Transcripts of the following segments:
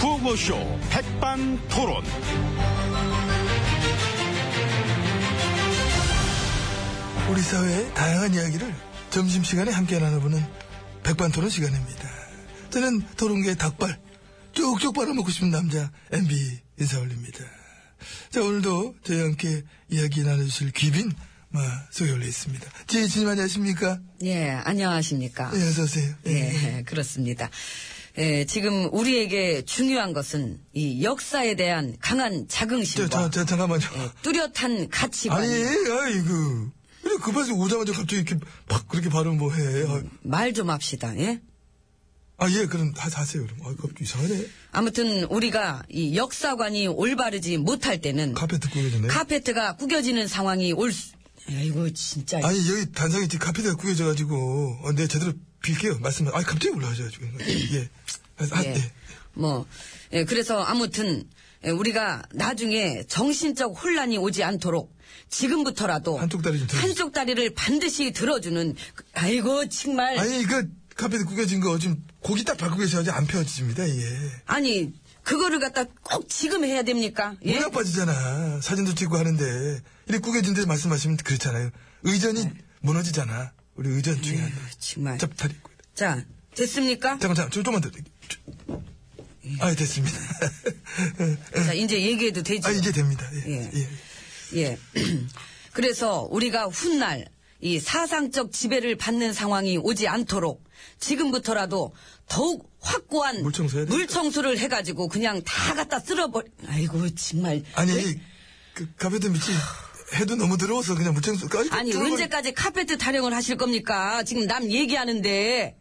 라디오쇼 백반토론. 우리 사회의 다양한 이야기를 점심시간에 함께 나눠보는 백반토론 시간입니다. 저는 토론계의 닭발, 쭉쭉 빨아먹고 싶은 남자, MB 인사 올립니다. 자, 오늘도 저희와 함께 이야기 나눠주실 귀빈, 마, 소개 올려 있습니다. 지혜진님 안녕하십니까? 예, 안녕하십니까. 예, 어서오세요. 예, 그렇습니다. 예, 지금 우리에게 중요한 것은 이 역사에 대한 저, 강한 저, 자긍심과 저, 잠깐만요. 예, 뚜렷한 가치관. 아니, 예. 아이고. 그래, 급해서 오자마자 갑자기 이렇게 팍, 그렇게 발음 뭐 해. 아, 말 좀 합시다. 예? 아, 예, 그럼 다, 다 하세요, 그럼. 아, 갑자기 이상하네. 아무튼 우리가 이 역사관이 올바르지 못할 때는 카페 듣고 계셨네. 카페트가 구겨지는 상황이 올 수. 아이고 진짜. 아니 여기 단상에 지금 카피가 구겨져가지고 어, 네 제대로 빌게요 말씀 아니 갑자기 올라와셔가지고 예 아, 예. 네. 뭐, 예, 그래서 아무튼, 예, 우리가 나중에 정신적 혼란이 오지 않도록 지금부터라도 한쪽 다리 좀 들어주세요. 한쪽 다리를 반드시 들어주는, 그- 아이고, 정말. 아니, 아니 그 카피도 구겨진 거 지금 고기 딱 밟고 계셔야지 안 펴집니다 예 그거를 갖다 꼭 지금 해야 됩니까? 예? 문 나빠지잖아 사진도 찍고 하는데 이렇게 구겨진 데 말씀하시면 그렇잖아요 의전이 무너지잖아 우리 의전 중에 하나 아유, 네. 정말. 자 다리 꼬- 자, 됐습니까? 잠깐 잠깐 좀, 좀만 더 예. 아, 됐습니다. 예. 자, 이제 얘기해도 되죠. 아, 이제 됩니다. 예. 예. 예. 예. 그래서 우리가 훗날 이 사상적 지배를 받는 상황이 오지 않도록 지금부터라도 더욱 확고한 물 청소해야 되겠다. 를 해가지고 그냥 다 갖다 쓸어버리. 아이고 정말. 아니, 왜- 그, 카페도 밑이 해도 너무 더러워서 그냥 물청소. 아니, 아니 뚫어버리- 언제까지 카페트 타령을 하실 겁니까? 지금 남 얘기하는데.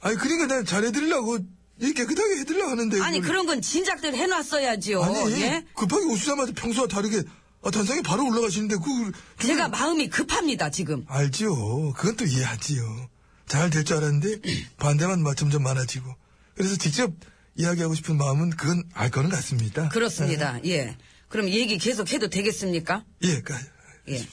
아니, 그러니까 난 잘해드리려고, 이 깨끗하게 해드리려고 하는데. 아니 그걸- 그런 건 진작들 해놨어야지요. 아니, 예? 급하게 오시자마자 평소와 다르게, 아, 단상에 바로 올라가시는데, 그, 제가 마음이 급합니다 지금. 알지요. 그건 또 이해하지요. 잘 될 줄 알았는데, 반대만 막 점점 많아지고. 그래서 직접 이야기하고 싶은 마음은 그건 알 거는 같습니다. 아, 그렇습니다. 네. 예. 그럼 얘기 계속 해도 되겠습니까? 예, 가, 예.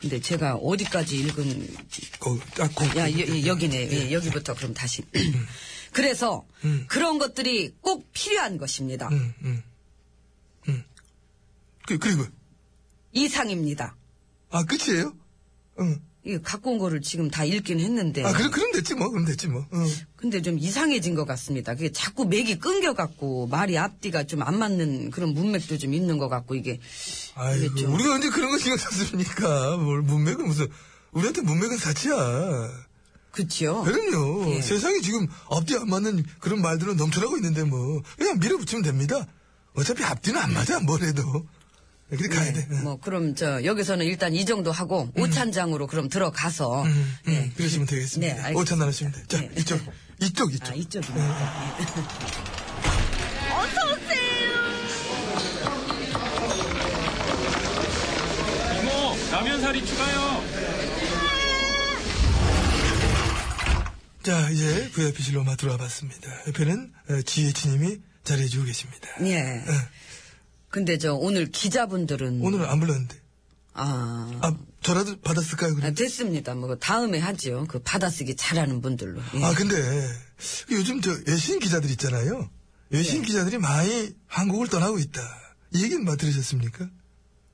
근데 제가 어디까지 읽은 거, 아, 거, 야, 여, 기네 여기부터 그럼 다시. 그래서 그런 것들이 꼭 필요한 것입니다. 음, 음. 음. 그, 그리고, 이상입니다. 아, 끝이에요? 응. 이 갖고 온 거를 지금 다 읽긴 했는데. 아, 그럼, 그럼 됐지, 뭐. 그럼 됐지, 뭐. 응. 근데 좀 이상해진 것 같습니다. 그게 자꾸 맥이 끊겨갖고 말이 앞뒤가 좀 안 맞는 그런 문맥도 좀 있는 것 같고 이게. 아이고, 그렇죠. 우리가 언제 그런 거 신경 썼습니까? 뭘, 문맥은 무슨, 우리한테 문맥은 사치야. 그치요? 그럼요. 예. 세상에 지금 앞뒤 안 맞는 그런 말들은 넘쳐나고 있는데 뭐. 그냥 밀어붙이면 됩니다. 어차피 앞뒤는 안 맞아, 뭘 해도. 근데 가야 돼. 뭐 그럼 저 여기서는 일단 이 정도 하고 오찬장으로 그럼 들어가서 음, 음, 예. 그러시면 되겠습니다. 네, 알겠습니다. 오찬 나누시면 돼. 자, 네. 이쪽, 이쪽, 이쪽. 아 이쪽입니다. 이모, 라면사리 추가요. 자, 이제 VIP실로 막 들어와 봤습니다. 옆에는 어, 지혜치님이 자리해주고 계십니다. 예. 어, 근데 저 오늘 기자분들은 오늘은 안 불렀는데. 아 아, 저라도 받았을까요, 그럼? 아, 됐습니다. 뭐 다음에 하죠. 그 받아쓰기 잘하는 분들로. 예. 아, 근데 요즘 저 외신 기자들 있잖아요. 외신 기자들이 많이 한국을 떠나고 있다. 이 얘기는 막 들으셨습니까?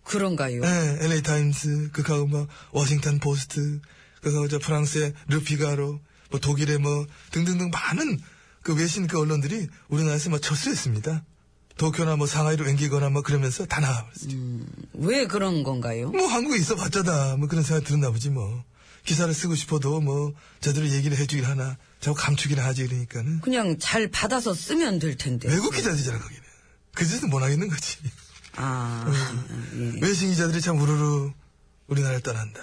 그런가요? 네, LA 타임스, 그하고 막 워싱턴 포스트, 그하고 저 프랑스의 르피가로, 뭐 독일의 뭐 등등등 많은 그 외신 그 언론들이 우리나라에서 막 철수했습니다. 도쿄나 뭐 상하이로 옮기거나 뭐 그러면서 다 나가버렸어요. 왜 그런 건가요? 뭐 한국에 있어 봤자다 뭐 그런 생각 들었나 보지 뭐 기사를 쓰고 싶어도 뭐 제대로 얘기를 해주길 하나 자꾸 감추기나 하지 그러니까는 그냥 잘 받아서 쓰면 될 텐데. 외국 기자들이잖아 거기는 그제도 못 하겠는 거지 아, 예. 외신 기자들이 참 우르르 우리나라를 떠난다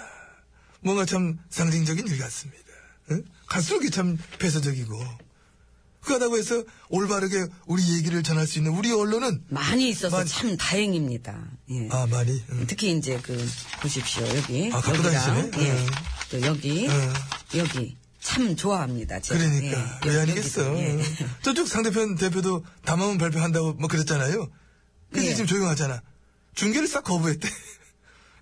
뭔가 참 상징적인 일 같습니다 응? 갈수록 이게 참 폐쇄적이고 그러다고 해서 올바르게 우리 얘기를 전할 수 있는 우리 언론은 많이 있어서 많이- 참 다행입니다. 예. 아 많이 응. 특히 이제 그 보십시오 여기 아, 갖고 여기랑 다니시네? 예. 예. 또 여기 예. 여기 참 좋아합니다. 제가. 그러니까 예. 왜 여기- 아니겠어? 음. 여기도, 예. 저쪽 상대편 대표도 담화문 발표한다고 뭐 그랬잖아요. 근데 예. 지금 조용하잖아. 중계를 싹 거부했대.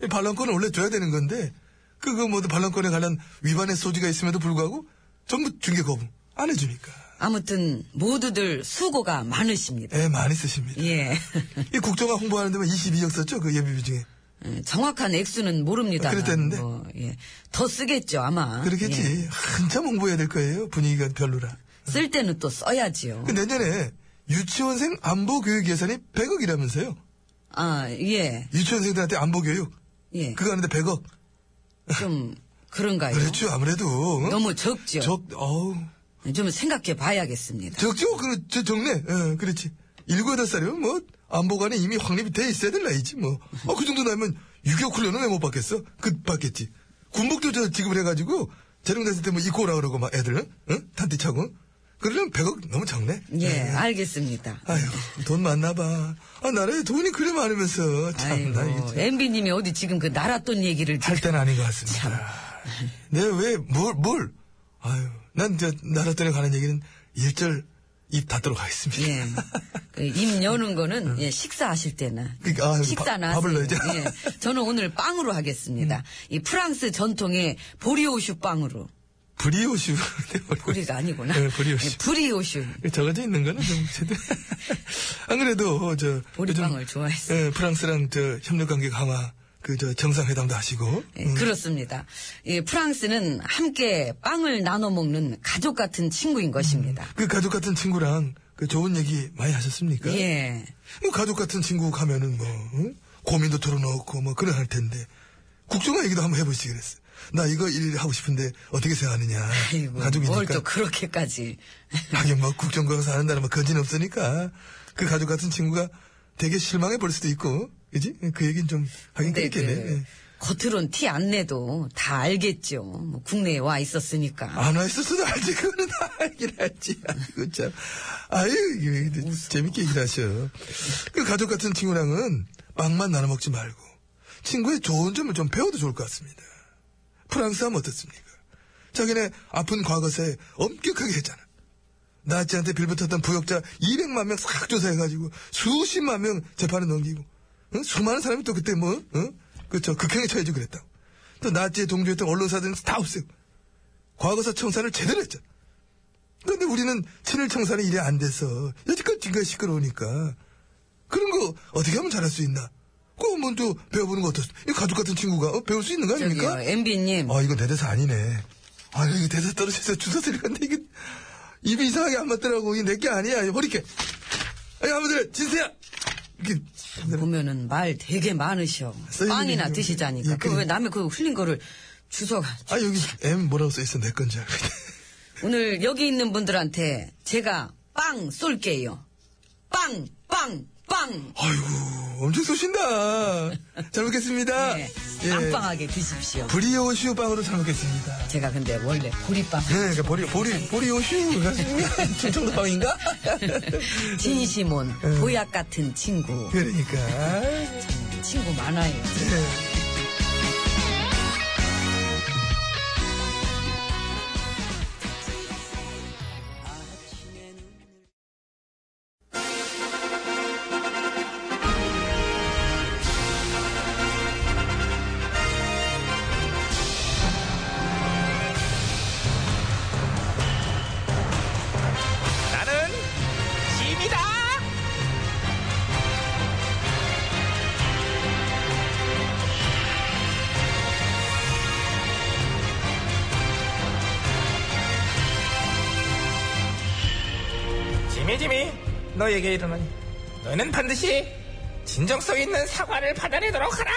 이 반론권을 원래 줘야 되는 건데 그, 그거 뭐 반론권에 관한 위반의 소지가 있음에도 불구하고 전부 중계 거부 안 해주니까. 아무튼 모두들 수고가 많으십니다. 애 많이 쓰십니다. 예. 이 국정화 홍보하는데 뭐 22억 썼죠? 그 예비비 중에. 음, 정확한 액수는 모릅니다. 그랬다는데? 예. 더 쓰겠죠, 아마. 그렇겠지. 예. 한참 홍보해야 될 거예요. 분위기가 별로라. 쓸 때는 또 써야지요. 그 내년에 유치원생 안보 교육 예산이 100억이라면서요. 아, 예. 유치원생들한테 안보 교육. 예. 그거 하는데 100억. 좀 그런가요? 그렇죠. 아무래도. 응? 예. 너무 적죠. 적, 어우. 좀 생각해 봐야겠습니다. 적죠. 그, 저, 적네. 어, 그렇지. 일곱, 여덟 살이면 뭐, 안보관에 이미 확립이 돼 있어야 될 나이지, 뭐. 어, 그 정도 나면 유격 훈련은 왜 못 받겠어? 그, 받겠지. 군복도 저 지급을 해가지고, 재능됐을 때 뭐, 입고 오라 그러고, 막 애들, 응? 단티 차고. 그러려면 100억 너무 적네. 예, 예. 알겠습니다. 아유, 돈 많나 봐. 아, 나라에 돈이 그래 많으면서. 참나, 이게 아이고, 참. MB님이 어디 지금 그 나랏돈 얘기를 할 지금- 때는 아닌 것 같습니다. 참. 내가 왜, 뭘, 뭘. 아유, 난 저, 나랏돈에 관한 얘기는 일절 입 닫도록 하겠습니다. 예. 그입 여는 거는 예, 식사하실 때나 그러니까, 아, 식사나 밥- 밥을 넣어야죠. 하세요. 음. 예. 저는 오늘 빵으로 하겠습니다. 이 프랑스 전통의 보리오슈 빵으로 브리오슈. 보리가 아니구나. 네, 브리오슈. 예, 브리오슈. 적어져 있는 거는 좀 제대로. 안 그래도 저 보리빵을 좋아했어요. 예, 프랑스랑 저 협력 관계 강화 그 저 정상회담도 하시고. 예, 음, 그렇습니다. 이 프랑스는 함께 빵을 나눠 먹는 가족 같은 친구인 것입니다. 그 가족 같은 친구랑 그 좋은 얘기 많이 하셨습니까? 예. 뭐 가족 같은 친구 가면은 뭐 응? 고민도 털어놓고 뭐 그런 할 텐데 국정화 얘기도 한번 해보시지 그랬어. 나 이거 일 하고 싶은데 어떻게 생각하느냐. 아이고, 뭘 가족이니까. 또 그렇게까지. 하긴 뭐 국정과에서 하는 나라 뭐 건진 없으니까 그 가족 같은 친구가 되게 실망해 볼 수도 있고 그지? 그 얘기는 좀 하긴 근데 그렇겠네. 그 예. 겉으론 티 안 내도 다 알겠죠. 뭐 국내에 와 있었으니까. 안 와있었어도 알지 그거는 다 알긴 알지. 아이고 참. 아유 이거 재밌게 얘기를 하셔. 그 가족 같은 친구랑은 빵만 나눠 먹지 말고 친구의 좋은 점을 좀 배워도 좋을 것 같습니다. 프랑스 하면 어떻습니까? 자기네 아픈 과거사에 엄격하게 했잖아. 나치한테 빌붙었던 부역자 200만 명 싹 조사해가지고 수십만 명 재판에 넘기고 응? 수많은 사람이 또 그때 뭐 응? 그저 극형에 처해지고 그랬다고 또 나치에 동조했던 언론사들은 다 없애고 과거사 청산을 제대로 했잖아 그런데 우리는 친일 청산이 이래 안 돼서 여태껏 지금까지 시끄러우니까 그런 거 어떻게 하면 잘할 수 있나 그거 먼저 배워보는 거 어떻습니까 이 가족 같은 친구가 어, 배울 수 있는 거 아닙니까 저기요, MB님. 아, 이거 내 대사 아니네. 아, 이거 대사 떨어져서 주워 들어갔는데, 이게, 입이 이상하게 안 맞더라고. 이게 내게 아니야. 이거 허리케. 아니, 아무튼, 진세야! 이렇게. 보면은 말 되게 많으셔. 네. 써있는 빵이나 게 좀- 드시자니까. 예, 그 그래. 왜 남의 그 흘린 거를 주워가. 아, 여기 M 뭐라고 써있어. 내 건지 알고. 오늘 여기 있는 분들한테 제가 빵 쏠게요. 빵, 빵, 빵. 아이고, 엄청 쏘신다. 아, 잘 먹겠습니다. 예. 예. 네. 빵빵하게 드십시오. 브리오슈 빵으로 잘 먹겠습니다. 제가 근데 원래 보리빵 네, 그러니까 보리, 보리, 보리오슈. 충청도 빵인가? 진심온 예. 보약 같은 친구 그러니까. 친구 많아요. 네. 나는 짐이다. 지미 지미 너에게 이르노니 너는 반드시 진정성 있는 사과를 받아내도록 하라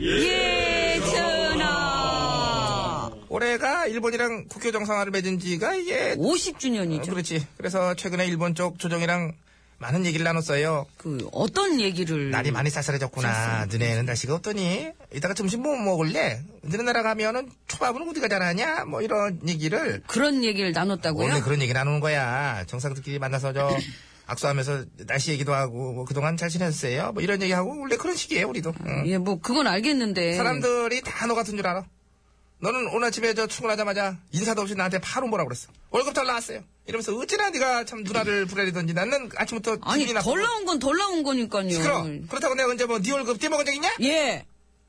예, 전하. 올해가 일본이랑 국교 정상화를 맺은 지가 이게 50주년이죠. 어, 그렇지 그래서 최근에 일본 쪽 조정이랑 많은 얘기를 나눴어요 그 어떤 얘기를 날이 많이 쌀쌀해졌구나 너네는 날씨가 없더니 이따가 점심 뭐 먹을래 너네 나라 가면은 초밥은 어디가 잘하냐 뭐 이런 얘기를 그런 얘기를 나눴다고요? 오늘 그런 얘기 나누는 거야. 정상들끼리 만나서 저 악수하면서 날씨 얘기도 하고 뭐 그동안 잘 지냈어요. 뭐 이런 얘기하고 원래 그런 식이에요 우리도. 음. 응. 예, 뭐 그건 알겠는데 사람들이 다 너 같은 줄 알아. 너는 오늘 아침에 저 출근하자마자 인사도 없이 나한테 바로 뭐라 그랬어. 월급 덜 나왔어요. 이러면서 어찌나 네가 참 누나를 불안해던지 나는 아침부터 아니 기분이 나쁘고 덜 나온 건 덜 나온 거니까요. 시끄러. 그렇다고 내가 언제 뭐 네 월급 떼먹은 적 있냐? 예.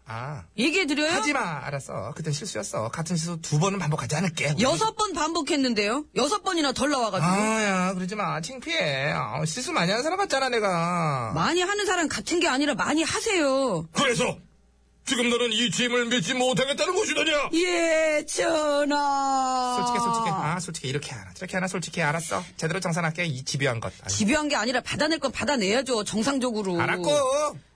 아. 얘기해드려요? 하지 마. 알았어. 그땐 실수였어. 같은 실수 두 번은 반복하지 않을게. 우리. 여섯 번 반복했는데요? 여섯 번이나 덜 나와가지고. 아, 야, 그러지 마. 창피해. 아, 실수 많이 하는 사람 같잖아, 내가. 많이 하는 사람 같은 게 아니라 많이 하세요. 그래서 지금 너는 이 짐을 믿지 못하겠다는 것이더냐? 예, 전하. 솔직해, 솔직해. 아, 솔직해. 이렇게 하나. 저렇게 하나, 솔직해. 알았어. 제대로 정산할게. 이 집요한 것. 아유, 집요한 게 아니라 받아낼 건 받아내야죠, 정상적으로. 알았고.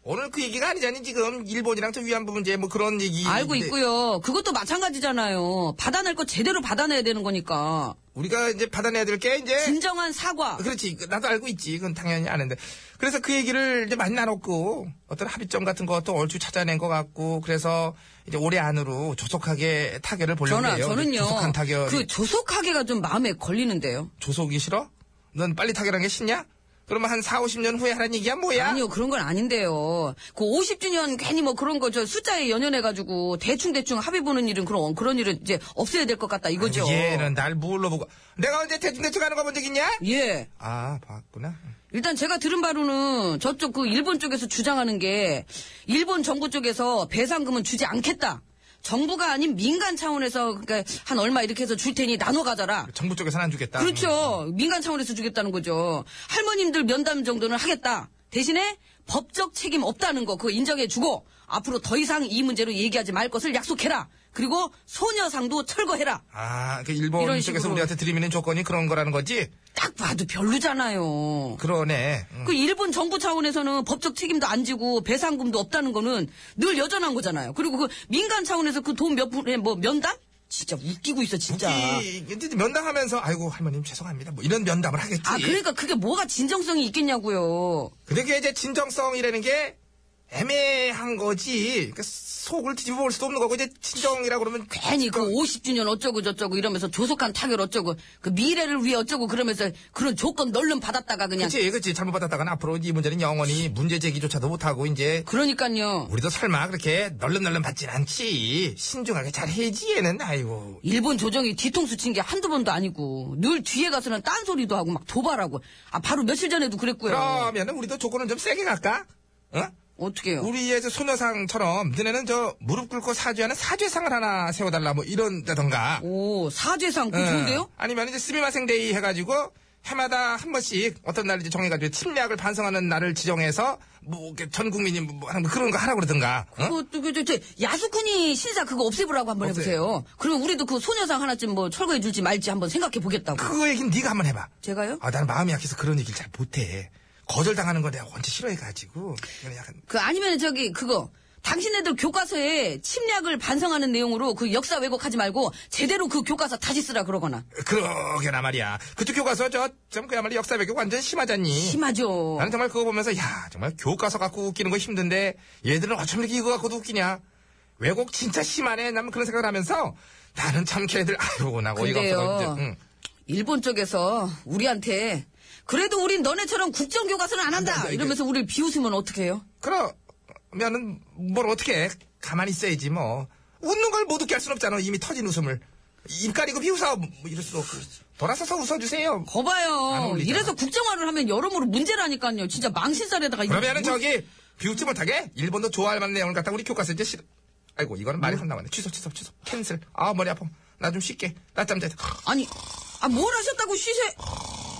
오늘 그 얘기가 아니잖니, 지금. 일본이랑 저 위안부 문제, 뭐 그런 얘기. 알고 근데 있고요. 그것도 마찬가지잖아요. 받아낼 거 제대로 받아내야 되는 거니까. 우리가 이제 받아내야 될 게, 이제. 진정한 사과. 그렇지. 그, 나도 알고 있지. 그건 당연히 아는데. 그래서 그 얘기를 이제 많이 나눴고, 어떤 합의점 같은 것도 얼추 찾아낸 것 같고, 그래서 이제 올해 안으로 조속하게 타결을 보려고 전하, 해요. 저는요. 조속한 타결. 그 조속하게가 좀 마음에 걸리는데요. 조속이 싫어? 넌 빨리 타결한 게 싫냐? 그러면 한 4, 50년 후에 하란 얘기야, 뭐야? 아니요, 그런 건 아닌데요. 그 50주년 괜히 뭐 그런 거 저 숫자에 연연해가지고 대충대충 합의 보는 일은 그런, 그런 일은 이제 없애야 될 것 같다 이거죠. 얘는 날 뭘로 보고. 내가 언제 대충대충 하는 거 본 적 있냐? 예. 아, 봤구나. 일단 제가 들은 바로는 저쪽 그 일본 쪽에서 주장하는 게 일본 정부 쪽에서 배상금은 주지 않겠다. 정부가 아닌 민간 차원에서 그러니까 한 얼마 이렇게 해서 줄 테니 나눠 가져라. 그 정부 쪽에서는 안 주겠다. 그렇죠. 민간 차원에서 주겠다는 거죠. 할머님들 면담 정도는 하겠다. 대신에 법적 책임 없다는 거 그거 인정해 주고 앞으로 더 이상 이 문제로 얘기하지 말 것을 약속해라. 그리고 소녀상도 철거해라. 아, 그 일본 이런 쪽에서 식으로. 우리한테 드리는 조건이 그런 거라는 거지? 딱 봐도 별로잖아요. 그러네. 음. 그 일본 정부 차원에서는 법적 책임도 안 지고 배상금도 없다는 거는 늘 여전한 거잖아요. 그리고 그 민간 차원에서 그 돈 몇 분의 뭐 면담? 진짜 웃기고 있어 진짜. 이, 이제 면담하면서, 아이고, 할머님 죄송합니다. 뭐 이런 면담을 하겠지. 아 그러니까 그게 뭐가 진정성이 있겠냐고요. 근데 그게 이제 진정성이라는 게 애매한 거지. 그러니까 속을 뒤집어 볼 수도 없는 거고, 이제 진정이라고 그러면. 그러니까 괜히 그 50주년 어쩌고 저쩌고 이러면서 조속한 타결 어쩌고 그 미래를 위해 어쩌고 그러면서 그런 조건 널름 받았다가 그냥 그치, 그치. 잘못 받았다가는 앞으로 이 문제는 영원히 문제 제기조차도 못하고, 이제. 그러니깐요 우리도 설마 그렇게 널름널름 받진 않지. 신중하게 잘 해지, 얘는. 아이고. 일본 조정이 뒤통수 친 게 한두 번도 아니고 늘 뒤에 가서는 딴소리도 하고 막 도발하고 아 바로 며칠 전에도 그랬고요. 그러면은 우리도 조건은 좀 세게 갈까? 어? 어떻게요? 우리의 저 소녀상처럼 너네는 저 무릎 꿇고 사죄하는 사죄상을 하나 세워달라 뭐 이런다던가. 오 사죄상 그 응. 좋은데요? 아니면 이제 스미마생데이 해가지고 해마다 한 번씩 어떤 날 이제 정해가지고 침략을 반성하는 날을 지정해서 뭐 이렇게 전 국민이 뭐 하는 거 그런 거 하라 그러든가. 응? 그것도 그, 저, 저, 야수쿠니 신사 그거 없애보라고 한번 해보세요. 그럼 우리도 그 소녀상 하나쯤 뭐 철거해줄지 말지 한번 생각해보겠다고. 그거 얘기는 네가 한번 해봐. 제가요? 아, 나는 마음이 약해서 그런 얘기를 잘 못해. 거절당하는 거 내가 원체 싫어해가지고. 이거는 약간 그 아니면 저기 그거. 당신네들 교과서에 침략을 반성하는 내용으로 그 역사 왜곡하지 말고 제대로 그 교과서 다시 쓰라 그러거나. 그러게나 말이야. 그쪽 교과서 저참 그야말로 역사 배경 완전 심하잖니. 심하죠. 나는 정말 그거 보면서 야 정말 교과서 갖고 웃기는 거 힘든데 얘들은 어쩜 이렇게 이거 갖고도 웃기냐. 왜곡 진짜 심하네. 나는 그런 생각을 하면서 나는 참 걔네들 아이고 나 어이가 근데요. 없어서. 이제, 응. 일본 쪽에서 우리한테 그래도 우린 너네처럼 국정 교과서는 안 한다 이게- 이러면서 우리를 비웃으면 어떡해요? 그러면은 뭘 어떻게 해. 가만히 있어야지 뭐. 웃는 걸 못 웃게 할 순 없잖아. 이미 터진 웃음을. 입 가리고 비웃어. 뭐 이럴 수도 없고. 돌아서서 웃어주세요. 안 거봐요. 어울리잖아. 이래서 국정화를 하면 여러모로 문제라니까요. 진짜 망신살에다가 이거 그러면은 뭐- 저기 비웃지 못하게 일본도 좋아할 만한 내용을 갖다 우리 교과서 이제 싫어. 아이고 이거는 말이 안 나왔네. 취소 취소 취소. 캔슬. 아 머리 아픔. 나 좀 쉴게. 낮잠 자자. 아니, 아, 뭘 하셨다고 쉬세.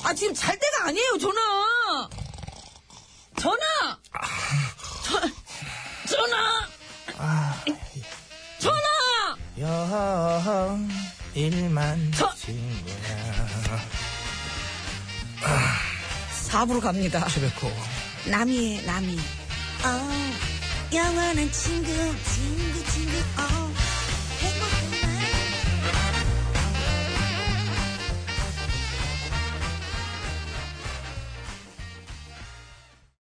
아, 지금 잘 때가 아니에요, 전화! 전화! 전, 전화! 전화! 영 일만 저- 친구야. 4부로 갑니다. 최백호. 남이의 남이. 어, 영원한 친구, 친구, 친구, 어.